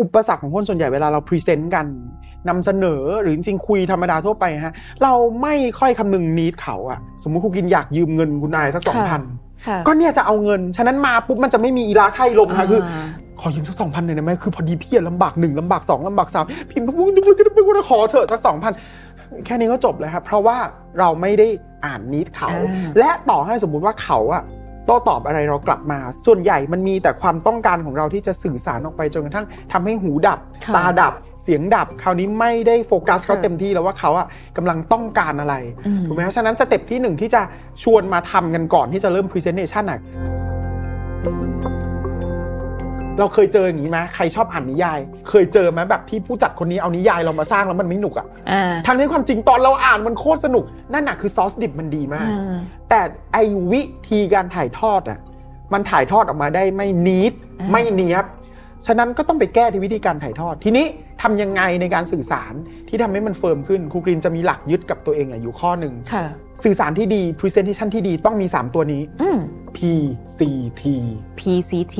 อุปสรรคของคนส่วนใหญ่เวลาเราพรีเซนต์กันนำเสนอหรือจริงๆคุยธรรมดาทั่วไปฮะเราไม่ค่อยคำนึงนีดเขาอะสมมุติคุณกินอยากยืมเงินคุณนายสักสองพัน ค่ะ ก็เนี่ยจะเอาเงิน ฉะนั้นมาปุ๊บมันจะไม่มีอีลาไข่ลมค่ะคือ า ขอยืมสักสองพันหน่อยได้ไหมคือพอดีพี่อะลำบากหนึ่งลำบากสองลำบากสามพิมพ์ปุ๊บปุ๊บปุ๊บปุ๊บขอเถอะสักสองพันแค่นี้ก็จบเลยครับ เพราะว่าเราไม่ได้อ่านนิดเขา อ่า และต่อให้สมมุติว่าเขาอะโต้ตอบอะไรเรากลับมา ส่วนใหญ่มันมีแต่ความต้องการของเราที่จะสื่อสารออกไปจนกระทั่งทำให้หูดับ ค่ะ ตาดับ เสียงดับ คราวนี้ไม่ได้โฟกัสเขา ค่ะ เต็มที่แล้วว่าเขาอะกำลังต้องการอะไร อืม ถูกไหมฮะฉะนั้นสเต็ปที่หนึ่งที่จะชวนมาทำกันก่อนที่จะเริ่มพรีเซนเ t ชันอ่ะ เราเคยเจออย่างนี้ไหมใครชอบอ่านนิยาย เคยเจอไหมแบบที่ผู้จัดคนนี้เอานิยายเรามาสร้างแล้วมันไม่หนุกอะ อ่า ทั้งที่ความจริงตอนเราอ่านมันโคตรสนุก นั่นน่ะคือซอสดิบมันดีมาก อ่า แต่ไอวิธีการถ่ายทอดอ่ะมันถ่ายทอดออกมาได้ไม่นิด อ่า ไม่เนียบ ฉะนั้นก็ต้องไปแก้ที่วิธีการถ่ายทอด ทีนี้ทำยังไงในการสื่อสารที่ทำให้มันเฟิร์มขึ้นครูกรินจะมีหลักยึดกับตัวเองอะอยู่ข้อหนึ่ง ค่ะ สื่อสารที่ดี Presentation ที่ดีต้องมี 3 ตัวนี้ อืม PCT PCT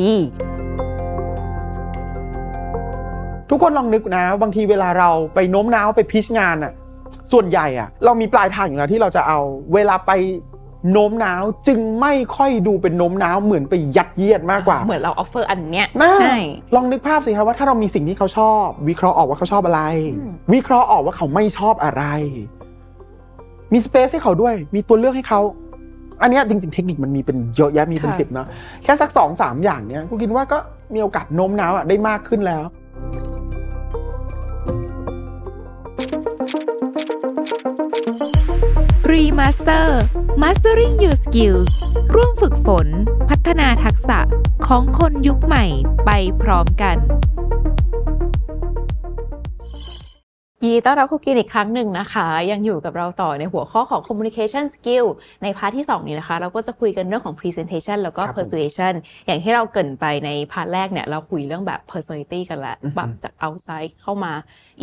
ทุกคนลองนึกนะ บางทีเวลาเราไปโน้มน้าวไปพิชงานอะส่วนใหญ่อะเรามีปลายทางอยู่แล้วที่เราจะเอา เวลาไปโน้มน้าวจึงไม่ค่อยดูเป็นโน้มน้าวเหมือนไปยัดเยียดมากกว่า เหมือนเราออฟเฟอร์อันเนี้ย น่า ใช่ ลองนึกภาพสิครับว่าถ้าเรามีสิ่งที่เขาชอบ วิเคราะห์ออกว่าเขาชอบอะไร อืม วิเคราะห์ออกว่าเขาไม่ชอบอะไร มีสเปซให้เขาด้วย มีตัวเลือกให้เขา อันเนี้ยจริงๆ เทคนิคมันมีเป็นเยอะแยะมีเป็น ค่ะ สิบเนอะแค่สักสองสามอย่างเนี้ยกูคิดว่าก็มีโอกาสโน้มน้าวอะได้มากขึ้นแล้ว รีมาสเตอร์ Mastering Your Skills ร่วมฝึกฝน พัฒนาทักษะของคนยุคใหม่ไปพร้อมกัน ยินดีต้อนรับคุกกินอีกครั้งหนึ่งนะคะ ยังอยู่กับเราต่อในหัวข้อของ communication skill ในพาร์ทที่ 2 นี้นะคะ เราก็จะคุยกันเรื่องของ presentation แล้วก็ ครับผม persuasion อย่างที่เราเกรินไปในพาร์ทแรกเนี่ย เราคุยเรื่องแบบ personality กันแล้ว อือฮึ แบบจาก outside เข้ามา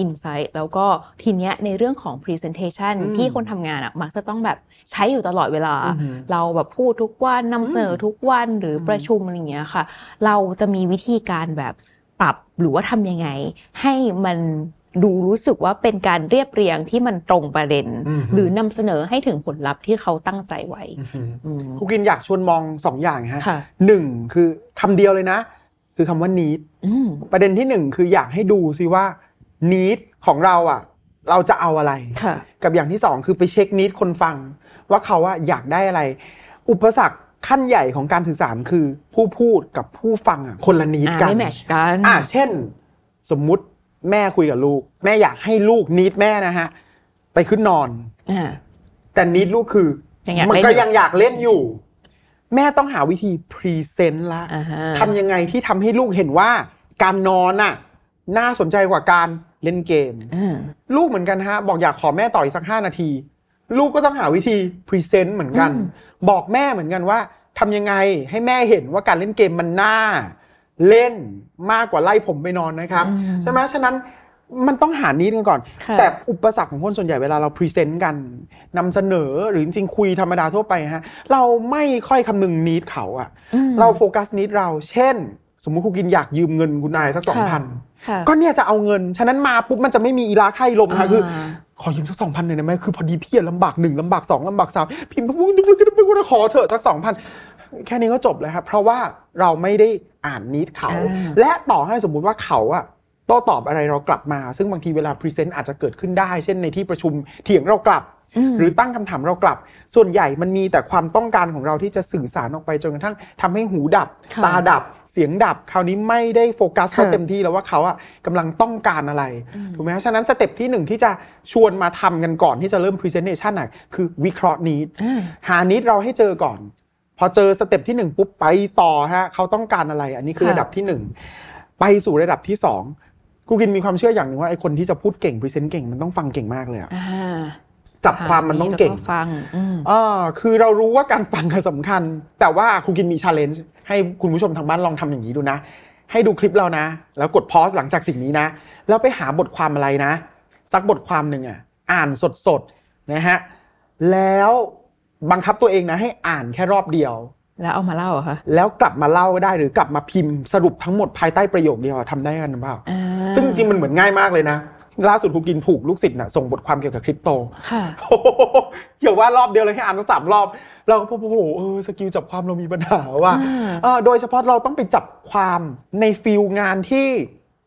inside แล้วก็ทีเนี้ยในเรื่องของ presentation อืม ที่คนทำงานอะมักจะต้องแบบใช้อยู่ตลอดเวลา อือฮึ เราแบบพูดทุกวันนำเสนอทุกวันหรืออ ม ประชุมอะไรอย่างเงี้ยค่ะ เราจะมีวิธีการแบบปรับหรือว่าทำยังไง ให้มันดูรู้สึกว่าเป็นการเรียบเรียงที่มันตรงประเด็น อืม หรือนำเสนอให้ถึงผลลัพธ์ที่เขาตั้งใจไว้อืม กูกินอยากชวนมองสองอย่างฮะ ค่ะ หนึ่งคือคำเดียวเลยนะ คือคำว่า need อืม ประเด็นที่หนึ่งคืออยากให้ดูซิว่า need ของเราอะเราจะเอาอะไร ค่ะ กับอย่างที่สองคือไปเช็คนิดคนฟัง ว่าเขาอะอยากได้อะไร อุปสรรคขั้นใหญ่ของการสื่อสารคือผู้พูดกับผู้ฟังอะคนละนิด อ่า กัน ไม่แมทชกัน อ่าเช่น สมมุติแม่คุยกับลูก แม่อยากให้ลูกนิดแม่นะฮะ ไปขึ้นนอน อ่า แต่นิดลูกคือ ยังอยาก มั เล่น ก็ อยู่ ยังอยากเล่นอยู่ แม่ต้องหาวิธีพรีเซนต์ละ อ่าฮะ ทำยังไงที่ทำให้ลูกเห็นว่าการนอนน่ะ น่าสนใจกว่าการเล่นเกม อ่า ลูกเหมือนกันฮะ บอกอยากขอแม่ต่ออีกสักห้านาที ลูกก็ต้องหาวิธีพรีเซนต์เหมือนกัน อืม บอกแม่เหมือนกันว่าทำยังไงให้แม่เห็นว่าการเล่นเกมมันน่า เล่นมากกว่าไล่ผมไปนอนนะครับ อื ใช่ไหมฉะนั้นมันต้องหานิดกันก่อน ค่ะ แต่อุปสรรคของคนส่วนใหญ่เวลาเราพรีเซนต์กันนำเสนอหรือจริงๆคุยธรรมดาทั่วไปฮะเราไม่ค่อยคำนึงนิดเขาอะ อืม เราโฟกัสนิดเรา เช่น สมมุติคุณกินอยากยืมเงินคุณนายสักสองพัน ค่ะ ก็เนี่ยจะเอาเงิน ฉะนั้นมาปุ๊บมันจะไม่มีอีลาไข่ลมค่ะคืออ า ขอยืมสักสองพันหน่อยได้ไหมคือพอดีพี่อะลำบากหนึ่งลำบากสองลำบากสามพิมพ์ปุ๊บปุ๊บปุ๊บปุ๊บปุ๊บขอเถอะสักสองพันแค่นี้ก็จบแล้วครับ เพราะว่าเราไม่ได้อ่านนิดเขา อ่า และต่อให้สมมุติว่าเขาอะโต้ตอบอะไรเรากลับมา ซึ่งบางทีเวลาพรีเซนต์อาจจะเกิดขึ้นได้ เช่นในที่ประชุมเถียงเรากลับ ม หรือตั้งคำถามเรากลับ ส่วนใหญ่มันมีแต่ความต้องการของเราที่จะสื่อสารออกไปจนกระทั่งทำให้หูดับ ค่ะ ตาดับ เสียงดับ คราวนี้ไม่ได้โฟกัสเขา ค่ะ เต็มที่แล้วว่าเขาอะกำลังต้องการอะไร อืม ถูกไหมฮะฉะนั้นสเต็ปที่หนึ่งที่จะชวนมาทำกันก่อนที่จะเริ่มพรีเซนเ t ชันอ่ะคือวิเคราะห์นิด อ่า หานิดเราให้เจอก่อน พอเจอสเต็ปที่หนึ่งปุ๊บไปต่อฮะเขาต้องการอะไร อันนี้คือ ค่ะ ระดับที่หนึ่งไปสู่ระดับที่สองกูกินมีความเชื่ออย่างหนึ่งว่าไอ้คนที่จะพูดเก่งพรีเซนต์เก่งมันต้องฟังเก่งมากเลยอะ อ่า จับความมันต้องเก่ง แล้วฟังอืม อ่าคือเรารู้ว่าการฟังอะสำคัญ แต่ว่าครูกินมีชาเลนจ์ให้คุณผู้ชมทางบ้านลองทำอย่างนี้ดูนะ ให้ดูคลิปเรานะ แล้วกดพอสหลังจากสิ่งนี้นะ แล้วไปหาบทความอะไรนะ สักบทความหนึ่งอ่ะ อ่านสดๆนะฮะ แล้วบังคับตัวเองนะ ให้อ่านแค่รอบเดียว แล้วเอามาเล่าเหรอคะ แล้วกลับมาเล่าก็ได้หรือกลับมาพิมพ์สรุปทั้งหมดภายใต้ประโยคเดียวอะทำได้กันหรือเปล่า อ่า ซึ่งจริงๆมันเหมือนง่ายมากเลยนะ ล่าสุดครูกินผูกลูกศิษย์น่ะส่งบทความเกี่ยวกับคริปโต ค่ะ โอ้โห อย่าว่ารอบเดียวเลยแค่อ่านตั้งสามรอบ เราก็พบว่าโอ้โหเออสกิลจับความเรามีปัญหาว่ะ อ่า เออโดยเฉพาะเราต้องไปจับความในฟิลงานที่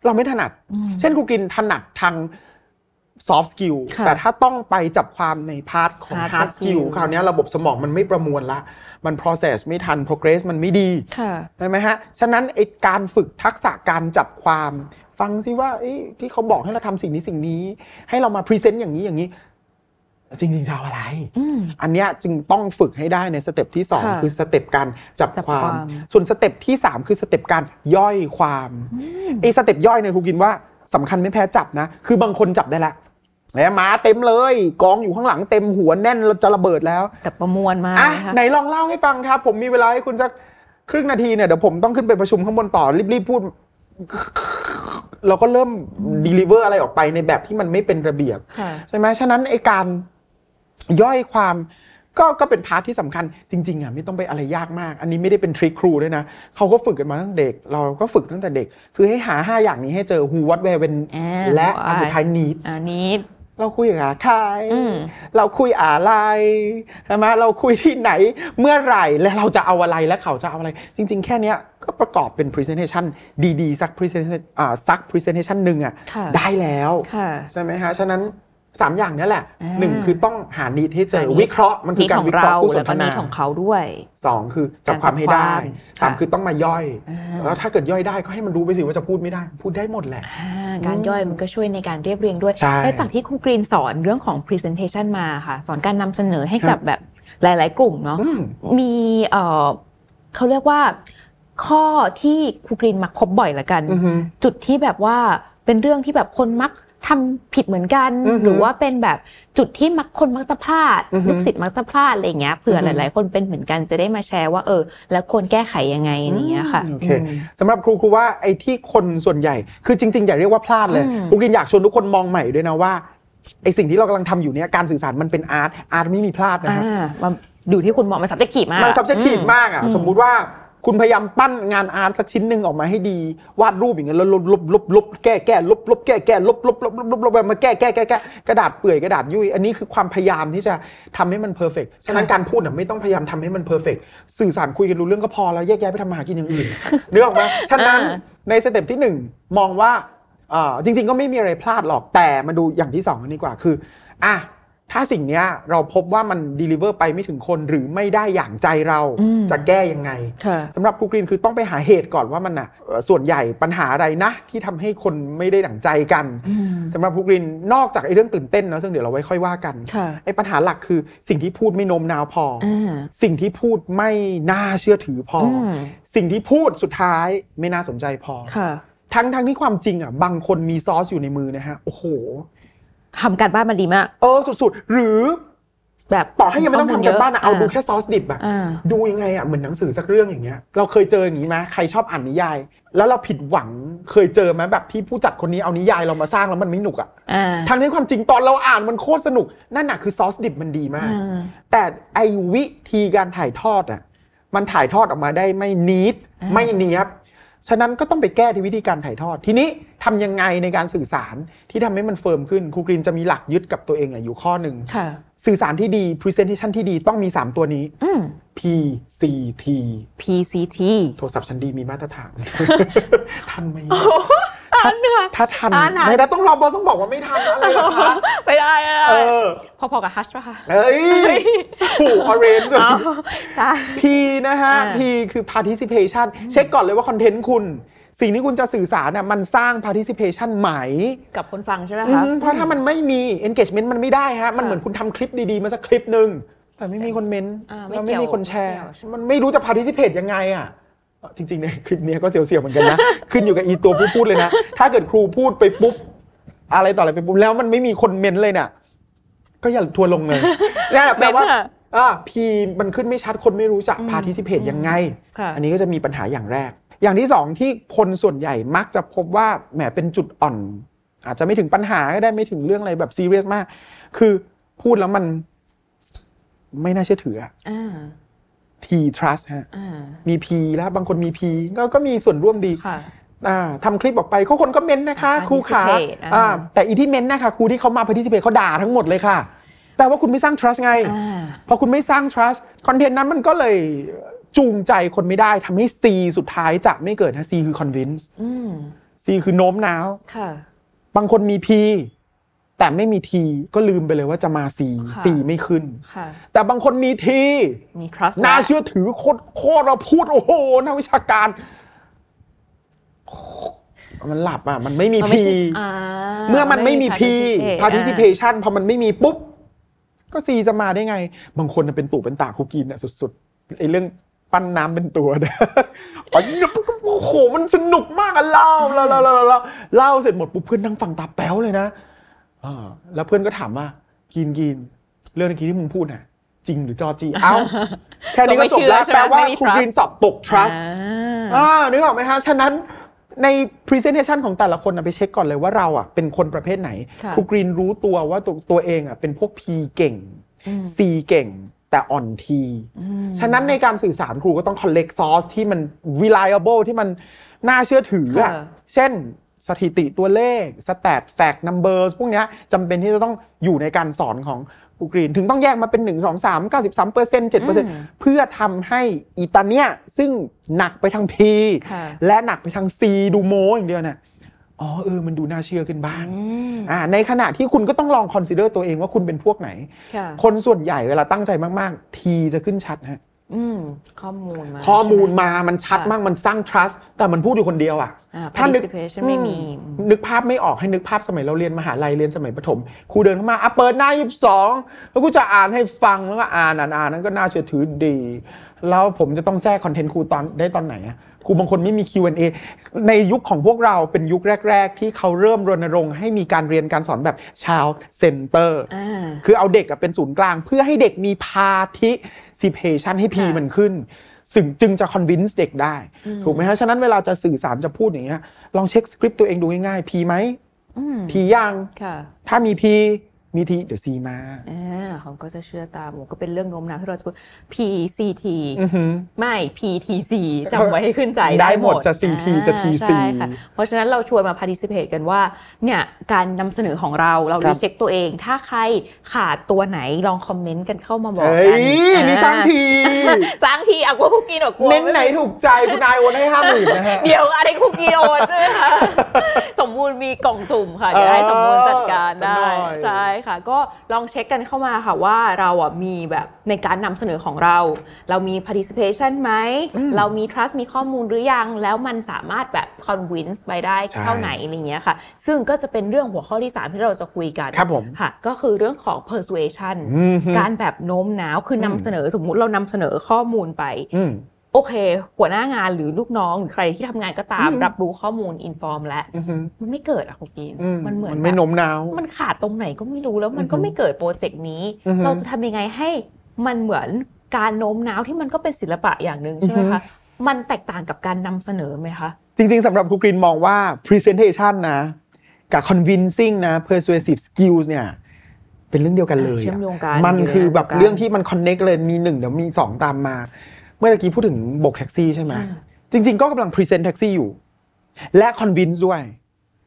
เราไม่ถนัด อืม เช่นครูกินถนัดทางซอฟต์สกิล ค่ะ แต่ถ้าต้องไปจับความในพาร์ทของ Hard ฮาร์ดสกิล skill คราวเนี้ยระบบสมองมันไม่ประมวลละ มัน process ไม่ทัน progress มันไม่ดี ค่ะ ใช่ไหมฮะ ฉะนั้นไอการฝึกทักษะการจับความ ฟังซิว่าเอ้ยที่เขาบอกให้เราทำสิ่งนี้สิ่งนี้ ให้เรามาพรีเซนต์อย่างนี้อย่างนี้ จริงๆจะเอาอะไร อืม อันเนี้ยจึงต้องฝึกให้ได้ในสเต็ปที่ ค่ะ 2 คือสเต็ปการจับ จับ ค ควาว าม ม ส่วนสเต็ปที่ 3 คือสเต็ปการย่อยความ อืม ไอสเต็ปย่อยเนี่ยครูกินว่าสำคัญไม่แพ้จับนะ คือบางคนจับได้ละแหมมาเต็มเลย กองอยู่ข้างหลังเต็มหัวแน่นจะระเบิดแล้ว แต่ประมวลมา อ่ะ นะคะ ไหนลองเล่าให้ฟังครับ ผมมีเวลาให้คุณสักครึ่งนาทีเนี่ยเดี๋ยวผมต้องขึ้นไปประชุมข้างบนต่อรีบๆพูด เราก็เริ่มด e ลิเวอร์อะไรออกไปในแบบที่มันไม่เป็นระเบียบ ค่ะ ใช่ไหมฉะนั้นไอการย่อยความก็ก็เป็นพาร์ทที่สำคัญจริงๆอ่ะไม่ต้องไปอะไรยากมาก อันนี้ไม่ได้เป็นทริคครูด้วยนะเขาก็ฝึกกันมาตั้งเด็ก เราก็ฝึกตั้งแต่เด็ก คือให้หา 5 อย่างนี้ให้เจอ who what where when อ่า และ ว่า อันสุดท้าย need อันนี้ เราคุยกับใคร อืม เราคุยอะไรใช่ไหมเราคุยที่ไหนเมื่อไหร่และเราจะเอาอะไรและเขาจะเอาอะไร จริง ๆ แค่เนี้ยก็ประกอบเป็น Presentation ดีๆ สัก Presentation อ่าสัก Presentation หนึ่งอ่ะ ค่ะ ได้แล้ว ค่ะ ใช่ไหมฮะ ฉะนั้น 3 อย่างเนี้แหละ อ่า หนึ่งคือต้องหานีดให้เจอ หา need วิเคราะห์มันคือ ด การ ของ วิเค เรา ราะห์ผู้ส แล้ว นท ก็ นา นี้ของเขาด้วย สองคือจับความให้ได้ การจับความ สาม ค่ะ คือต้องมาย่อย อ่า แล้วถ้าเกิดย่อยได้ก็ให้มันรู้ไปสิว่าจะพูดไม่ได้ พูดได้หมดแหละ อ่าการย่อยมันก็ช่วยในการเรียบเรียงด้วย ใช่ และจากที่ครูกรีนสอนเรื่องของ presentation มาค่ะ สอนการนำเสนอให้กับแบบหลาย ๆ กลุ่มเนาะ อืม มีเอ่อเขาเรียกว่าข้อที่ครูกรีนมักพบบ่อยละกัน อือฮึ จุดที่แบบว่าเป็นเรื่องที่แบบคนมักทำผิดเหมือนกัน อือฮึ หรือว่าเป็นแบบจุดที่มักคนมักจะพลาด อือฮึ ลูกศิษย์มักจะพลาดอะไรอย่างเงี้ยเผื่อ อือ ห ฮึ ลาย ๆ คนเป็นเหมือนกันจะได้มาแชร์ว่าเออ แล้วควรแก้ไขยังไงอะไรอย่างเงี้ยค่ะ อืมโอเค สำหรับครูครูว่าไอ้ที่คนส่วนใหญ่ คือจริงๆ อย่าเรียกว่าพลาดเลย อืม ครูกินอยากชวนทุกคนมองใหม่ด้วยนะว่าไอ้สิ่งที่เรากำลังทำอยู่เนี่ยการสื่อสารมันเป็นอาร์ตอาร์ตไม่มีพลาดนะ อ่า ฮะ มาดูที่คุณบอกมันสับเจกีมาก มัน subjective อื มากอ่ะ อืม สมมุติว่าคุณพยายามปั้นงานอาร์ตสักชิ้นหนึ่งออกมาให้ดี วาดรูปอย่างเงี้ยแล้วลบลบลบลบแก้แก้ลบลบแก้แก้ลบลบลบลบลบลบมาแก้แก้แก้แก้กระดาษเปื่อยกระดาษยุ่ยอันนี้คือความพยายามที่จะทำให้มันเพอร์เฟกฉะนั้น ค่ะ การพูดน่ะไม่ต้องพยายามทำให้มันเพอร์เฟกสื่อสารคุยกันรู้เรื่องก็พอแล้วแยกย้ายไปทำมาหากินอย่างอื่น นึกออกไหมฉะนั้น อ่า ในสเต็ปที่หนึ่งมองว่าเอ่อจริง ๆ ก็ไม่มีอะไรพลาดหรอก แต่มาดูอย่างที่สองกันดีกว่าคืออ่ะถ้าสิ่งเนี้ยเราพบว่ามัน deliver ไปไม่ถึงคนหรือไม่ได้อย่างใจเรา อืม จะแก้ยังไง ค่ะ สำหรับครูกรีนคือต้องไปหาเหตุก่อนว่ามันอ่ะเอ่อส่วนใหญ่ปัญหาอะไรนะ ที่ทำให้คนไม่ได้ดั่งใจกันสำหรับครูกรีนนอกจากไอ้เรื่องตื่นเต้นเนอะซึ่งเดี๋ยวเราไว้ค่อยว่ากัน ค่ะ ไอ้ปัญหาหลักคือสิ่งที่พูดไม่โนมน้าวพออ อ่า สิ่งที่พูดไม่น่าเชื่อถือพออ ม สิ่งที่พูดสุดท้ายไม่น่าสนใจพอ ค่ะ ทั้งทั้งที่ความจริงอ่ะบางคนมีซอสอยู่ในมือนะฮะ โอ้โห ทำการบ้านมาดีมาก เออสุดๆ หรือ แบบ ต่อให้ยังไม่ต้องทำกันบ้านอะเอาดูแค่ซอสดิบอะ อ่า ดูยังไงอะเหมือนหนังสือสักเรื่องอย่างเงี้ย เราเคยเจออย่างนี้ไหมใครชอบอ่านนิยาย แล้วเราผิดหวังเคยเจอไหมแบบที่ผู้จัดคนนี้เอานิยายเรามาสร้างแล้วมันไม่หนุกอะ อ่า ทั้งที่ความจริงตอนเราอ่านมันโคตรสนุกนั่นน่ะคือซอสดิบมันดีมาก อ่า แต่ไอวิธีการถ่ายทอดอ่ะมันถ่ายทอดออกมาได้ไม่นิด อ่า ไม่เนียบ ฉะนั้นก็ต้องไปแก้ที่วิธีการถ่ายทอด ทีนี้ทำยังไงในการสื่อสารที่ทำให้มันเฟิร์มขึ้นครูกรีนจะมีหลักยึดกับตัวเองอะอยู่ข้อหนึ่ง ค่ะ สื่อสารที่ดี Presentation ที่ดีต้องมี 3 ตัวนี้ อืม PCT PCT โทรศัพท์ชั้นดีมีมา ตรฐาน ทันไหม อ่านเหนื่อย ถ้าทัน อ่านทัน ไม่ได้ต้องรอบอต้องบอกว่าไม่ทันอะไรเหรอคะ ไม่ได้อะ เออ พอๆกับฮัชป่ะคะ เอ้ยผูกออเรนจ์ อ๋อได้ P นะฮะ อ่า P คือ participation เช็คก่อนเลยว่าคอนเทนต์คุณ สิ่งที่คุณจะสื่อสารน่ะมันสร้าง participation ไหม กับคนฟังใช่ไหม อื คะ มเพราะถ้ามันไม่มี engagement มันไม่ได้ฮะ มัน ค่ะ เหมือนคุณทำคลิปดีๆ มาสักคลิปหนึ่งแต่ไม่มีคนเมนต์ อ่าไม่ แล้วไม่ เกี่ มี ยว คนแชร์ ไม่เกี่ยว มันไม่รู้จะ participate ยังไงอ่ะเอ่อจริงๆในยคลิปเนี้ยก็เสียวๆเหมือนกันนะ ขึ้นอยู่กับอีตัวผู้พูดเลยนะ ถ้าเกิดครูพูดไปปุ๊บ อะไรต่ออะไรไปปุ๊บแล้วมันไม่มีคนเมนต์เลยเนี่ยก็อย่าทัวร์ลงเลยนั่นแหละแปลว่า เม้นท์อะ อ่า P มันขึ้นไม่ชัดคนไม่รู้จัก อืม participate ยังไง ค่ะ อันนี้ก็จะมีปัญหาอย่างแรก อย่างที่สองที่คนส่วนใหญ่มักจะพบว่าแหมเป็นจุดอ่อน อาจจะไม่ถึงปัญหาก็ได้ไม่ถึงเรื่องอะไรแบบซีเรียสมาก คือพูดแล้วมันไม่น่าเชื่อถืออะ อ่า T trust ฮะ อ่า มี P แล้วบางคนมี P ก็ก็มีส่วนร่วมดี ค่ะ อ่าทำคลิปออกไปเขาคนก็เม้นต์นะคะ อ่า ครูขา participate อ่า อ่าแต่อีที่เม้นต์นะคะครูที่เขามา participate เขาด่าทั้งหมดเลยค่ะแปลว่าคุณไม่สร้าง trust ไง อ่า พอคุณไม่สร้าง trust คอนเทนต์นั้นมันก็เลยจูงใจคนไม่ได้ทำให้ C สุดท้ายจะไม่เกิดนะ C คือ convince อืม C คือโน้มน้าว ค่ะ บางคนมี P แต่ไม่มี T ก็ลืมไปเลยว่าจะมา C ค่ะ C ไม่ขึ้น ค่ะ แต่บางคนมี T มี trust น่า แล้ว เชื่อถือโคตรโคตรเราพูดโอ้โหนักวิชาการ มันหลับอ่ะ มันไม่มี น P ไใช่อ่า เมื่อมันไม่มี P participate อ่า participation พอมันไม่มีปุ๊บ ก็ C จะมาได้ไง บางคนน่ะเป็นตู่เป็นตาคุกกินอ่ะสุดๆไอ้เรื่องปั้นน้ำเป็นตัวเนี่ย ไปแล้วปุ๊บก็โอ้โหมันสนุกมากอะเล่าเล่าเล่าเล่าเล่าเล่าเสร็จหมดปุ๊บเพื่อนนั่งฟังตาแป๊วเลยนะอ่าแล้วเพื่อนก็ถามว่ากินกินเรื่องเมื่อกี้ที่มึงพูดน่ะ จริงหรือจอจี เอ้าแค่นี้ก็จบแล้ว ก็ไม่เชื่อใช่ไหม แปลว่า ไม่มี คุณ trust กินสอบตก trust อ่า อ่านึกออกไหมฮะ ฉะนั้นใน presentation ของแต่ละคนนะไปเช็คก่อนเลยว่าเราอ่ะเป็นคนประเภทไหน ค่ะ ครูกรีนรู้ตัวว่าตัวตัวเองอ่ะเป็นพวก P เก่ง อืม C เก่ง แต่อ่อน T อืม ฉะนั้นในการสื่อสารครูก็ต้อง collect source ที่มัน reliable ที่มันน่าเชื่อถืออ่ะ ค่ะ เช่นสถิติตัวเลข stat fact numbers พวกเนี้ยจำเป็นที่จะต้องอยู่ในการสอนของครูกรีน ถึงต้องแยกมาเป็น 1 2 3 93เปอร์เซ็นต์7เปอร์เซ็นต์ อืม เพื่อทำให้อีตาเนี้ยซึ่งหนักไปทาง P ค่ะ และหนักไปทาง C ดูโมอย่างเดียวเนี่ยอ๋อเออมันดูน่าเชื่อขึ้นบ้าง อืม อ่าในขณะที่คุณก็ต้องลองคอนซิเดอร์ตัวเองว่าคุณเป็นพวกไหน ค่ะ คนส่วนใหญ่เวลาตั้งใจมากๆ T จะขึ้นชัดฮะ อืมข้อมูลมา ข้อมูล ใช่ไห มามันชัด ค่ะ มากมันสร้าง trust แต่มันพูดอยู่คนเดียวอ่ะ อ่า ถ้านึก participation ไม่มี อืมนึกภาพไม่ออกให้นึกภาพสมัยเราเรียนมหาลัยเรียนสมัยประถมครูเดินเข้ามาอ่ะเปิดหน้ายี่สิบสองแล้วกูจะอ่านให้ฟังแล้วก็อ่านอ่านอ่านนั้นก็น่าเชื่อถือดี แล้วผมจะต้องแทรกคอนเทนต์ครูตอนได้ตอนไหนอะครูบางคนไม่มี Q&A ในยุคของพวกเราเป็นยุคแรก ๆ ที่เขาเริ่มรณรงค์ให้มีการเรียนการสอนแบบชาวเซ็นเตอร์ อ่า คือเอาเด็กอะเป็นศูนย์กลางเพื่อให้เด็กมีพาทิซิเพชันให้พี ค่ะ มันขึ้นซึ่งจึงจะคอนวินส์เด็กได้ อื ถูกไหมฮะ ฉะนั้นเวลาจะสื่อสารจะพูดอย่างเงี้ย ลองเช็คสคริปต์ตัวเองดูง่ายๆ พีไหม อืม พียัง ค่ะ ถ้ามีพีมีทีเดี๋ยวซีมา อ่าเขาก็จะเชื่อตามผมก็เป็นเรื่องโน้มน้าวที่เราจะพูด PCT อือหือ ไม่ PTC จำไว้ให้ขึ้นใจ ได้หมดจะ CT อ่า จะ TC ใช่ค่ะเพราะฉะนั้นเราชวนมา participate กันว่า เนี่ย การนำเสนอของเราเรา ครั รี บ เช็คตัวเอง ถ้าใครขาดตัวไหนลองคอมเมนต์กันเข้ามาบอก เอ้ กัน ยนี่สร้างที อ่าสร้างทีอ่ะกลัวคุกกี้หนอกลัว เน้นไหน ม่ ถูกใจคุณนายโอนให้ห้าหมื่นนะฮะ เดี๋ยวอะไรคุกกี้โอนใช่ไหมคะ สมบูรณ์มีกล่องสุ่มค่ะ เดี๋ยวให้ เออ สมบูรณ์จัดการได้ สักหน่อย ใช่ค่ะ ก็ลองเช็คกันเข้ามาค่ะว่าเราอ่ะมีแบบในการนำเสนอของเรา เรามี participation ไหม เรามี trust มีข้อมูลหรือยัง แล้วมันสามารถแบบ convince ไปได้เท่าไหนอะไรเงี้ยค่ะ ซึ่งก็จะเป็นเรื่องหัวข้อที่ 3 ที่เราจะคุยกัน ครับผม ค่ะ ก็คือเรื่องของ persuasion อือหือ การแบบโน้มน้าวคือ ม นำเสนอสมมุติเรานำเสนอข้อมูลไป อืม โอเค หัวหน้างานหรือลูกน้องหรือใครที่ทำงานก็ตาม อืม รับรู้ข้อมูลอินฟอร์มแล้ว อือหือ มันไม่เกิดอะคุณกีน อื มันเหมือน ไม่ แบบ โน้มน้าว มันขาดตรงไหนก็ไม่รู้แล้วมันก็ อือฮึ ไม่เกิดโปรเจกต์นี้ อือฮึ เราจะทำยังไงให้มันเหมือนการโน้มน้าวที่มันก็เป็นศิลปะอย่างหนึ่งใช่ไหม อือฮึ คะ มันแตกต่างกับการนำเสนอไหมคะ จริงๆสำหรับครูกรีนมองว่า presentation นะ กับ convincing นะ persuasive skills เนี่ย เป็นเรื่องเดียวกันเลย เชื่อม อะ โยงกัน มัน อยู่ใน คือแบบ เดียวกัน เรื่องที่มัน connect เลยมีหนึ่งเดี๋ยวมีสองตามมา เมื่อกี้พูดถึงโบกแท็กซี่ใช่ไหม อ่า จริง ๆ ก็กำลัง present แท็กซี่อยู่ และ convince ด้วย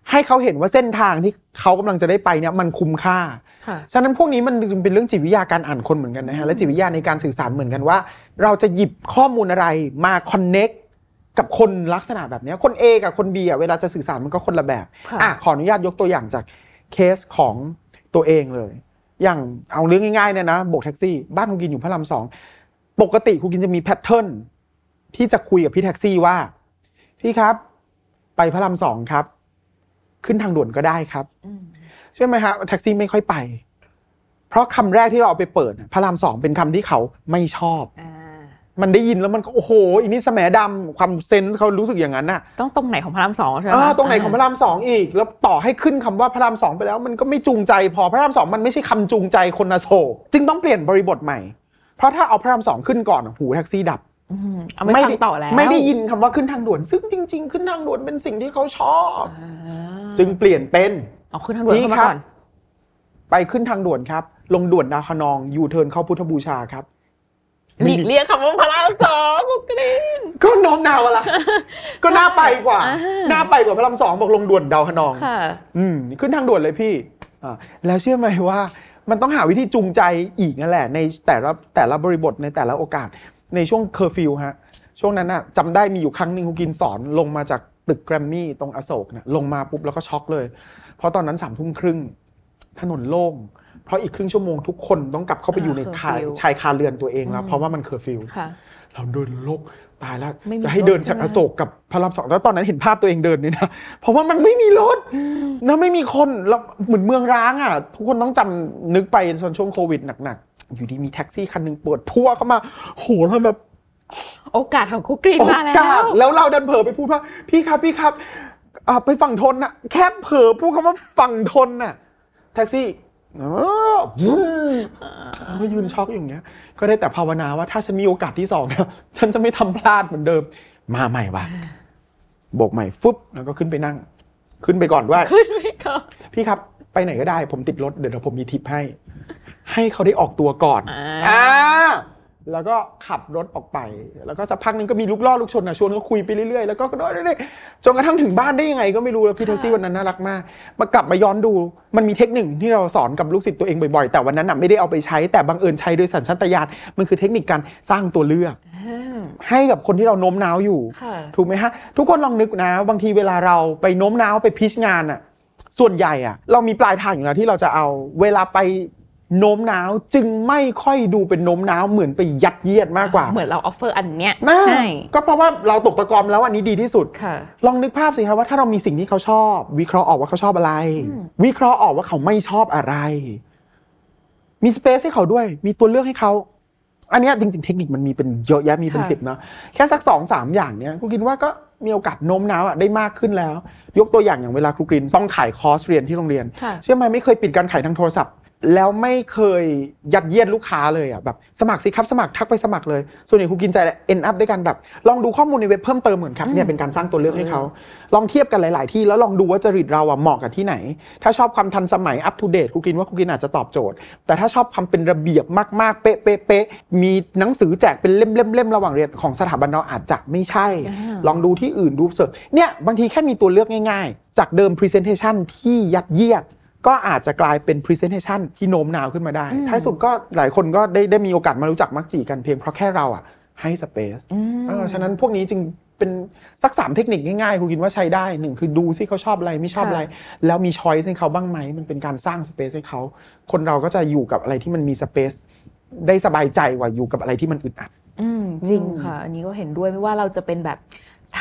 ให้เขาเห็นว่าเส้นทางที่เขากำลังจะได้ไปเนี่ยมันคุ้มค่า ค่ะ ฉะนั้นพวกนี้มันเป็นเรื่องจิตวิทยาการอ่านคนเหมือนกันนะฮะ และจิตวิทยาในการสื่อสารเหมือนกันว่า เราจะหยิบข้อมูลอะไรมาคอนเน็กกับคนลักษณะแบบเนี้ยคน A กับคน B อ่ะเวลาจะสื่อสารมันก็คนละแบบ ค่ะ อ่ะขออนุญาตยกตัวอย่างจากเคสของตัวเองเลย อย่างเอาเรื่องง่ายๆเนี่ยนะโบกแท็กซี่ บ้านคุณกินอยู่พระรามสองปกติคุณกินจะมีแพทเทิร์นที่จะคุยกับพี่แท็กซี่ว่า พี่ครับ ไปพระรามสองครับ ขึ้นทางด่วนก็ได้ครับ อืม ใช่ไหมฮะแท็กซี่ไม่ค่อยไป เพราะคำแรกที่เราเอาไปเปิดน่ะพระรามสองเป็นคำที่เขาไม่ชอบ อ่า มันได้ยินแล้วมันก็โอ้โหอีนี่สมดำความเซนส์เขารู้สึกอย่างนั้นน่ะ ต้องตรงไหนของพระรามสองใช่ไหม อ่า คะ ตรงไหนของพระรามสองอีก แล้วต่อให้ขึ้นคำว่าพระรามสองไปแล้วมันก็ไม่จูงใจ พอพระรามสองมันไม่ใช่คำจูงใจคนอโศกจึงต้องเปลี่ยนบริบทใหม่ เพราะถ้าเอาพระรามสองขึ้นก่อนอ่ะหูแท็กซี่ดับ อืมเอาไม่ฟังต่อแล้ว ไม่ได้ยินคำว่าขึ้นทางด่วน ซึ่งจริง ๆ ขึ้นทางด่วนเป็นสิ่งที่เขาชอบ อ่า จึงเปลี่ยนเป็น เอาขึ้นทางด่วนเข้ามาก่อน ไปขึ้นทางด่วนครับ ลงด่วนดาวคะนองยูเทิร์นเข้าพุทธบูชาครับ หลีกเลี่ยงคำว่าพระรามสองกุ๊กกรีน ก็โน้มน้าวอะไร ก็น่าไปกว่า อ่า น่าไปกว่าพระรามสองบอกลงด่วนดาวขนอง ค่ะ อืมขึ้นทางด่วนเลยพี่อ่าแล้วเชื่อไหมว่า มันต้องหาวิธีจูงใจอีกนั่นแหละ ในแต่ละแต่ละบริบทในแต่ละโอกาส ในช่วงเคอร์ฟิวฮะ ช่วงนั้นน่ะจำได้มีอยู่ครั้งหนึ่งคุกินสอนลงมาจากตึกแกรมมี่ตรงอโศกนะลงมาปุ๊บแล้วก็ช็อกเลย เพราะตอนนั้นสามทุ่มครึ่งถนนโล่ง เพราะอีกครึ่งชั่วโมงทุกคนต้องกลับเข้าไปอยู่ใน อ่า คา curfew ชายคาเรือนตัวเองแล้วอืม เพราะว่ามันเคอร์ฟิว ค่ะ เราเดินโลกตายแล้ว ไม่มี จะให้เดิน รถใช่ จาก ไหม อโศกกับพระรามสองแล้วตอนนั้นเห็นภาพตัวเองเดินนี่นะเพราะว่ามันไม่มีรถนะไม่มีคนแล้วเหมือนเมืองร้างอ่ะ ทุกคนต้องจำนึกไปตอนช่วงโควิดหนักๆ อยู่ดีมีแท็กซี่คันหนึ่งเปิดพั่วเข้ามาโหแล้วแบบ โอกาสของกุ๊กกรีน โอ มาแล้ กาส ว แล้วเราดันเผลอไปพูดว่า พี่ครับพี่ครับอ่าไปฝั่งทนนะแค่เผลอพูดคำว่าฝั่งทนน่ะ แท็กซี่เออวู้แล้วก็ยืนช็อกอย่างเงี้ย ก็ได้แต่ภาวนาว่าถ้าฉันมีโอกาสที่สองนะฉันจะไม่ทำพลาดเหมือนเดิม มาใหม่ว่ะโบกใหม่ฟึบแล้วก็ขึ้นไปนั่ง ขึ้นไปก่อนว่า ขึ้นไหมครับ พี่ครับไปไหนก็ได้ ผมติดรถเดี๋ยวผมมีทิปให้ ให้เขาได้ออกตัวก่อน อ่าแล้วก็ขับรถออกไป แล้วก็สักพักหนึงก็มีลูกล่อลูกชนนะชวนก็คุยไปเรื่อยๆ แล้วก็กระโดดเรื่อยๆจนกระทั่งถึงบ้านได้ยังไงก็ไม่รู้แล้วพี่แท็กซี่วันนั้นน่ารักมาก มากลับมาย้อนดู มันมีเทคนิคที่เราสอนกับลูกศิษย์ตัวเองบ่อยๆ แต่วันนั้นน่ะไม่ได้เอาไปใช้ แต่บังเอิญใช้โดยสัญชาตญาณ มันคือเทคนิคการสร้างตัวเลือก อ่า ให้กับคนที่เราโน้มน้าวอยู่ ค่ะ ถูกไหมฮะ ทุกคนลองนึกนะ บางทีเวลาเราไปโน้มน้าวไปพิชงานอะส่วนใหญ่อะเรามีปลายทางอยู่แล้วที่เราจะเอา เวลาไปโน้มน้าวจึงไม่ค่อยดูเป็นโน้มน้าวเหมือนไปยัดเยียดมากกว่า เหมือนเราออฟเฟอร์อันเนี้ย น่า ให้ ก็เพราะว่าเราตกตะกอนแล้วอันนี้ดีที่สุด ค่ะ ลองนึกภาพสิครับว่าถ้าเรามีสิ่งที่เขาชอบ วิเคราะห์ออกว่าเขาชอบอะไร อืม วิเคราะห์ออกว่าเขาไม่ชอบอะไร มีสเปซให้เขาด้วย มีตัวเลือกให้เขา อันเนี้ยจริง ๆ เทคนิคมันมีเป็นเยอะแยะมีเป็น ค่ะ สิบเนาะแค่สักสองสามอย่างเนี้ยครูกรินว่าก็มีโอกาสโน้มน้าวอะได้มากขึ้นแล้ว ยกตัวอย่างอย่างเวลาครูกรินต้องขายคอร์สเรียนที่โรงเรียน ค่ะ เชื่อไหมไม่เคยปิดการขายทางโทรศัพท์ แล้วไม่เคยยัดเยียดลูกค้าเลยอ่ะแบบสมัครสิครับสมัครทักไปสมัครเลย ส่วนใหญ่ครูกินใจเอ็นอัพด้วยกันแบบลองดูข้อมูลในเว็บเพิ่มเติมเหมือนครับ อืม เนี่ยเป็นการสร้างตัวเลือกให้เขา ลองเทียบกันหลาย ๆ ที่แล้วลองดูว่าจริตเราอ่ะเหมาะกับที่ไหน ถ้าชอบความทันสมัยอัป o d เดตครูกินว่าครูกินอาจจะตอบโจทย์ แต่ถ้าชอบความเป็นระเบียบมาก ๆ เป๊ะเป๊ะเป๊ะมีหนังสือแจกเป็นเล่มเล่มเล่มระหว่างเรียนของสถาบันเราอาจจะไม่ใช่ อ่า ลองดูที่อื่นดูเสิร์ชเนี่ยบางทีแค่มีตัวเลือกง่ายๆ จากเดิม Presentation ที่ยัดเยียด ก็อาจจะกลายเป็น Presentation ที่โน้มน้าวขึ้นมาได้ อืม ท้ายสุดก็หลายคนก็ได้ได้มีโอกาสมารู้จักมักจีกันเพียงเพราะแค่เราอ่ะ ให้สเปซ อืม ฉะนั้นพวกนี้จึงเป็นสักสามเทคนิคง่ายๆคุณคิดว่าใช้ได้หนึ่งคือดูซิเขาชอบอะไรไม่ชอบอะไร แล้วมีช้อยส์ให้เขาบ้างไหมมันเป็นการสร้างสเปซให้เขาคนเราก็จะอยู่กับอะไรที่มันมีสเปซได้สบายใจกว่าอยู่กับอะไรที่มันอึดอัด อืมจริง อืม ค่ะ อันนี้ก็เห็นด้วยไม่ว่าเราจะเป็นแบบ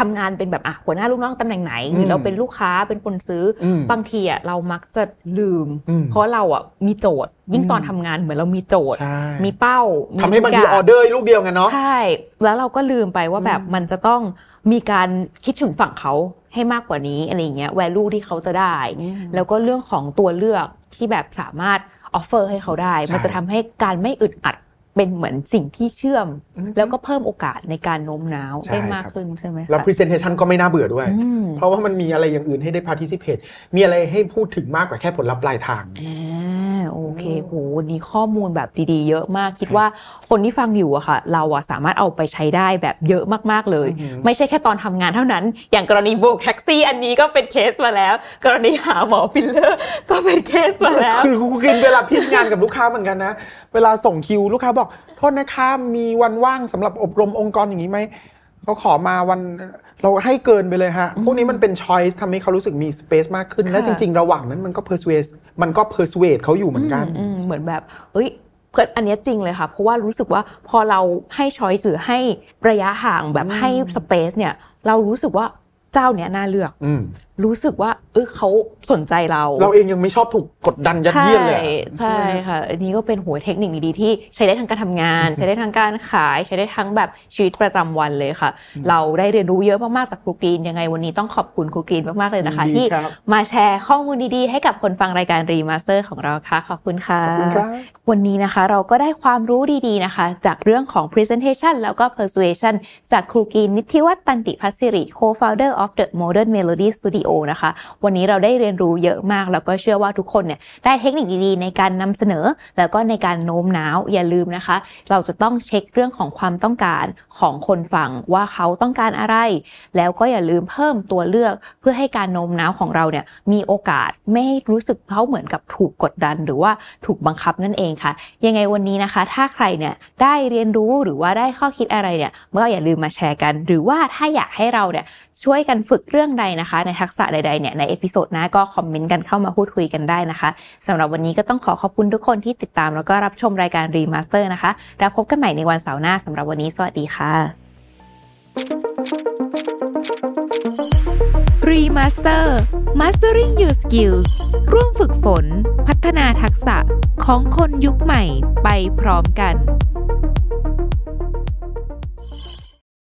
ทำงานเป็นแบบอ่ะหัวหน้าลูกน้องตำแหน่งไหน หรือ ม เราเป็นลูกค้าเป็นคนซื้ออ ม บางทีอ่ะเรามักจะลืม อืม เพราะเราอ่ะมีโจทย์ ยิ่ง อืม ตอนทำงานเหมือนเรามีโจทย์ ใช่ มีเป้ามี ทำให้บางที ทุกย่ ออเดอร์ลูกเดียวกันเนาะ ใช่ แล้วเราก็ลืมไปว่าแบบ อืม มันจะต้องมีการคิดถึงฝั่งเขาให้มากกว่านี้อะไรอย่างเงี้ยแวลูที่เขาจะได้ แล้วก็เรื่องของตัวเลือกที่แบบสามารถออฟเฟอร์ให้เขาได้ ใช่ มันจะทำให้การไม่อึดอัดเป็นเหมือนสิ่งที่เชื่อม อืม แล้วก็เพิ่มโอกาสในการโน้มน้าว ใช่ ได้มาก ครับ ขึ้นใช่ไหมคะ แล้ว Presentation ก็ไม่น่าเบื่อด้วย อืม เพราะว่ามันมีอะไรอย่างอื่นให้ได้ participate มีอะไรให้พูดถึงมากกว่าแค่ผลลัพธ์ปลายทาง อ่าโอเค อืม โหวันนี้ข้อมูลแบบดีๆ เยอะมากคิดว่าคนที่ฟังอยู่อะค่ะ เราอะสามารถเอาไปใช้ได้แบบเยอะมากๆเลย อือหือ ไม่ใช่แค่ตอนทำงานเท่านั้น อย่างกรณีโบกแท็กซี่ อันนี้ก็เป็นเคสมาแล้ว กรณีหาหมอฟิลเลอร์ก็เป็นเคสมาแล้ว คือคุณกินเวลาพิชงานกับลูกค้าเหมือนกันนะ เวลาส่งคิวลูกค้าบอก โทษนะคะมีวันว่างสำหรับอบรมองค์กรอย่างนี้ไหมเขาขอมาวันเราให้เกินไปเลยฮะ พวกนี้มันเป็น choice ทำให้เขารู้สึกมี space มากขึ้น และ ค่ะ จริง ๆ ระหว่างนั้นมันก็ persuade มันก็ persuade เขาอยู่เหมือนกัน มมเหมือนแบบ เอ้ยเพื่อนอันเนี้ยจริงเลยค่ะ เพราะว่ารู้สึกว่าพอเราให้ช้อยสื่อให้ระยะห่างแบบ อืม ให้สเปซเนี่ย เรารู้สึกว่าเจ้าเนี้ยน่าเลือก อืม รู้สึกว่า เออเขาสนใจเรา เราเองยังไม่ชอบถูกกดดันยัดเยียดเลยอะ ใช่ใช่ค่ะ อันนี้ก็เป็นหัวเทคนิคดีๆที่ใช้ได้ทั้งการทำงาน ใช้ได้ทั้งการขาย ใช้ได้ทั้งแบบชีวิตประจำวันเลยค่ะ อืม เราได้เรียนรู้เยอะมากๆจากครูกรีนยังไงวันนี้ต้องขอบคุณครูกรีนมากๆเลยนะคะ ดี ที่ รับ มาแชร์ข้อมูลดีๆ ให้กับคนฟังรายการรีมาสเตอร์ของเราค่ะ ขอบคุณค่ะ ขอบคุณครับ วันนี้นะคะเราก็ได้ความรู้ดีๆนะคะ จากเรื่องของ Presentation แล้วก็ Persuasion จากครูกรีนนิติวัฒน์ตันติพัสสิริ Co-founder of the Modern Melody Studio CEO นะคะ วันนี้เราได้เรียนรู้เยอะมาก แล้วก็เชื่อว่าทุกคนเนี่ยได้เทคนิคดีๆ ในการนำเสนอ แล้วก็ในการโน้มน้าวอย่าลืมนะคะ เราจะต้องเช็คเรื่องของความต้องการของคนฟังว่าเขาต้องการอะไร แล้วก็อย่าลืมเพิ่มตัวเลือกเพื่อให้การโน้มน้าวของเราเนี่ยมีโอกาสไม่ให้รู้สึกเขาเหมือนกับถูกกดดัน หรือว่าถูกบังคับนั่นเองค่ะ ยังไงวันนี้นะคะ ถ้าใครเนี่ยได้เรียนรู้หรือว่าได้ข้อคิดอะไรเนี่ยก็อย่าลืมมาแชร์กัน หรือว่าถ้าอยากให้เราเนี่ยช่วยกันฝึกเรื่องใดนะคะ ในทักษะใดๆเนี่ยในเอพิโซดหน้าก็คอมเมนต์กันเข้ามาพูดคุยกันได้นะคะสำหรับวันนี้ก็ต้องขอขอบคุณทุกคนที่ติดตามแล้วก็รับชมรายการรีมาสเตอร์นะคะแล้วพบกันใหม่ในวันเสาร์หน้าสำหรับวันนี้สวัสดีค่ะรีมาสเตอร์ Mastering Your Skills ร่วมฝึกฝน พัฒนาทักษะของคนยุคใหม่ไปพร้อมกัน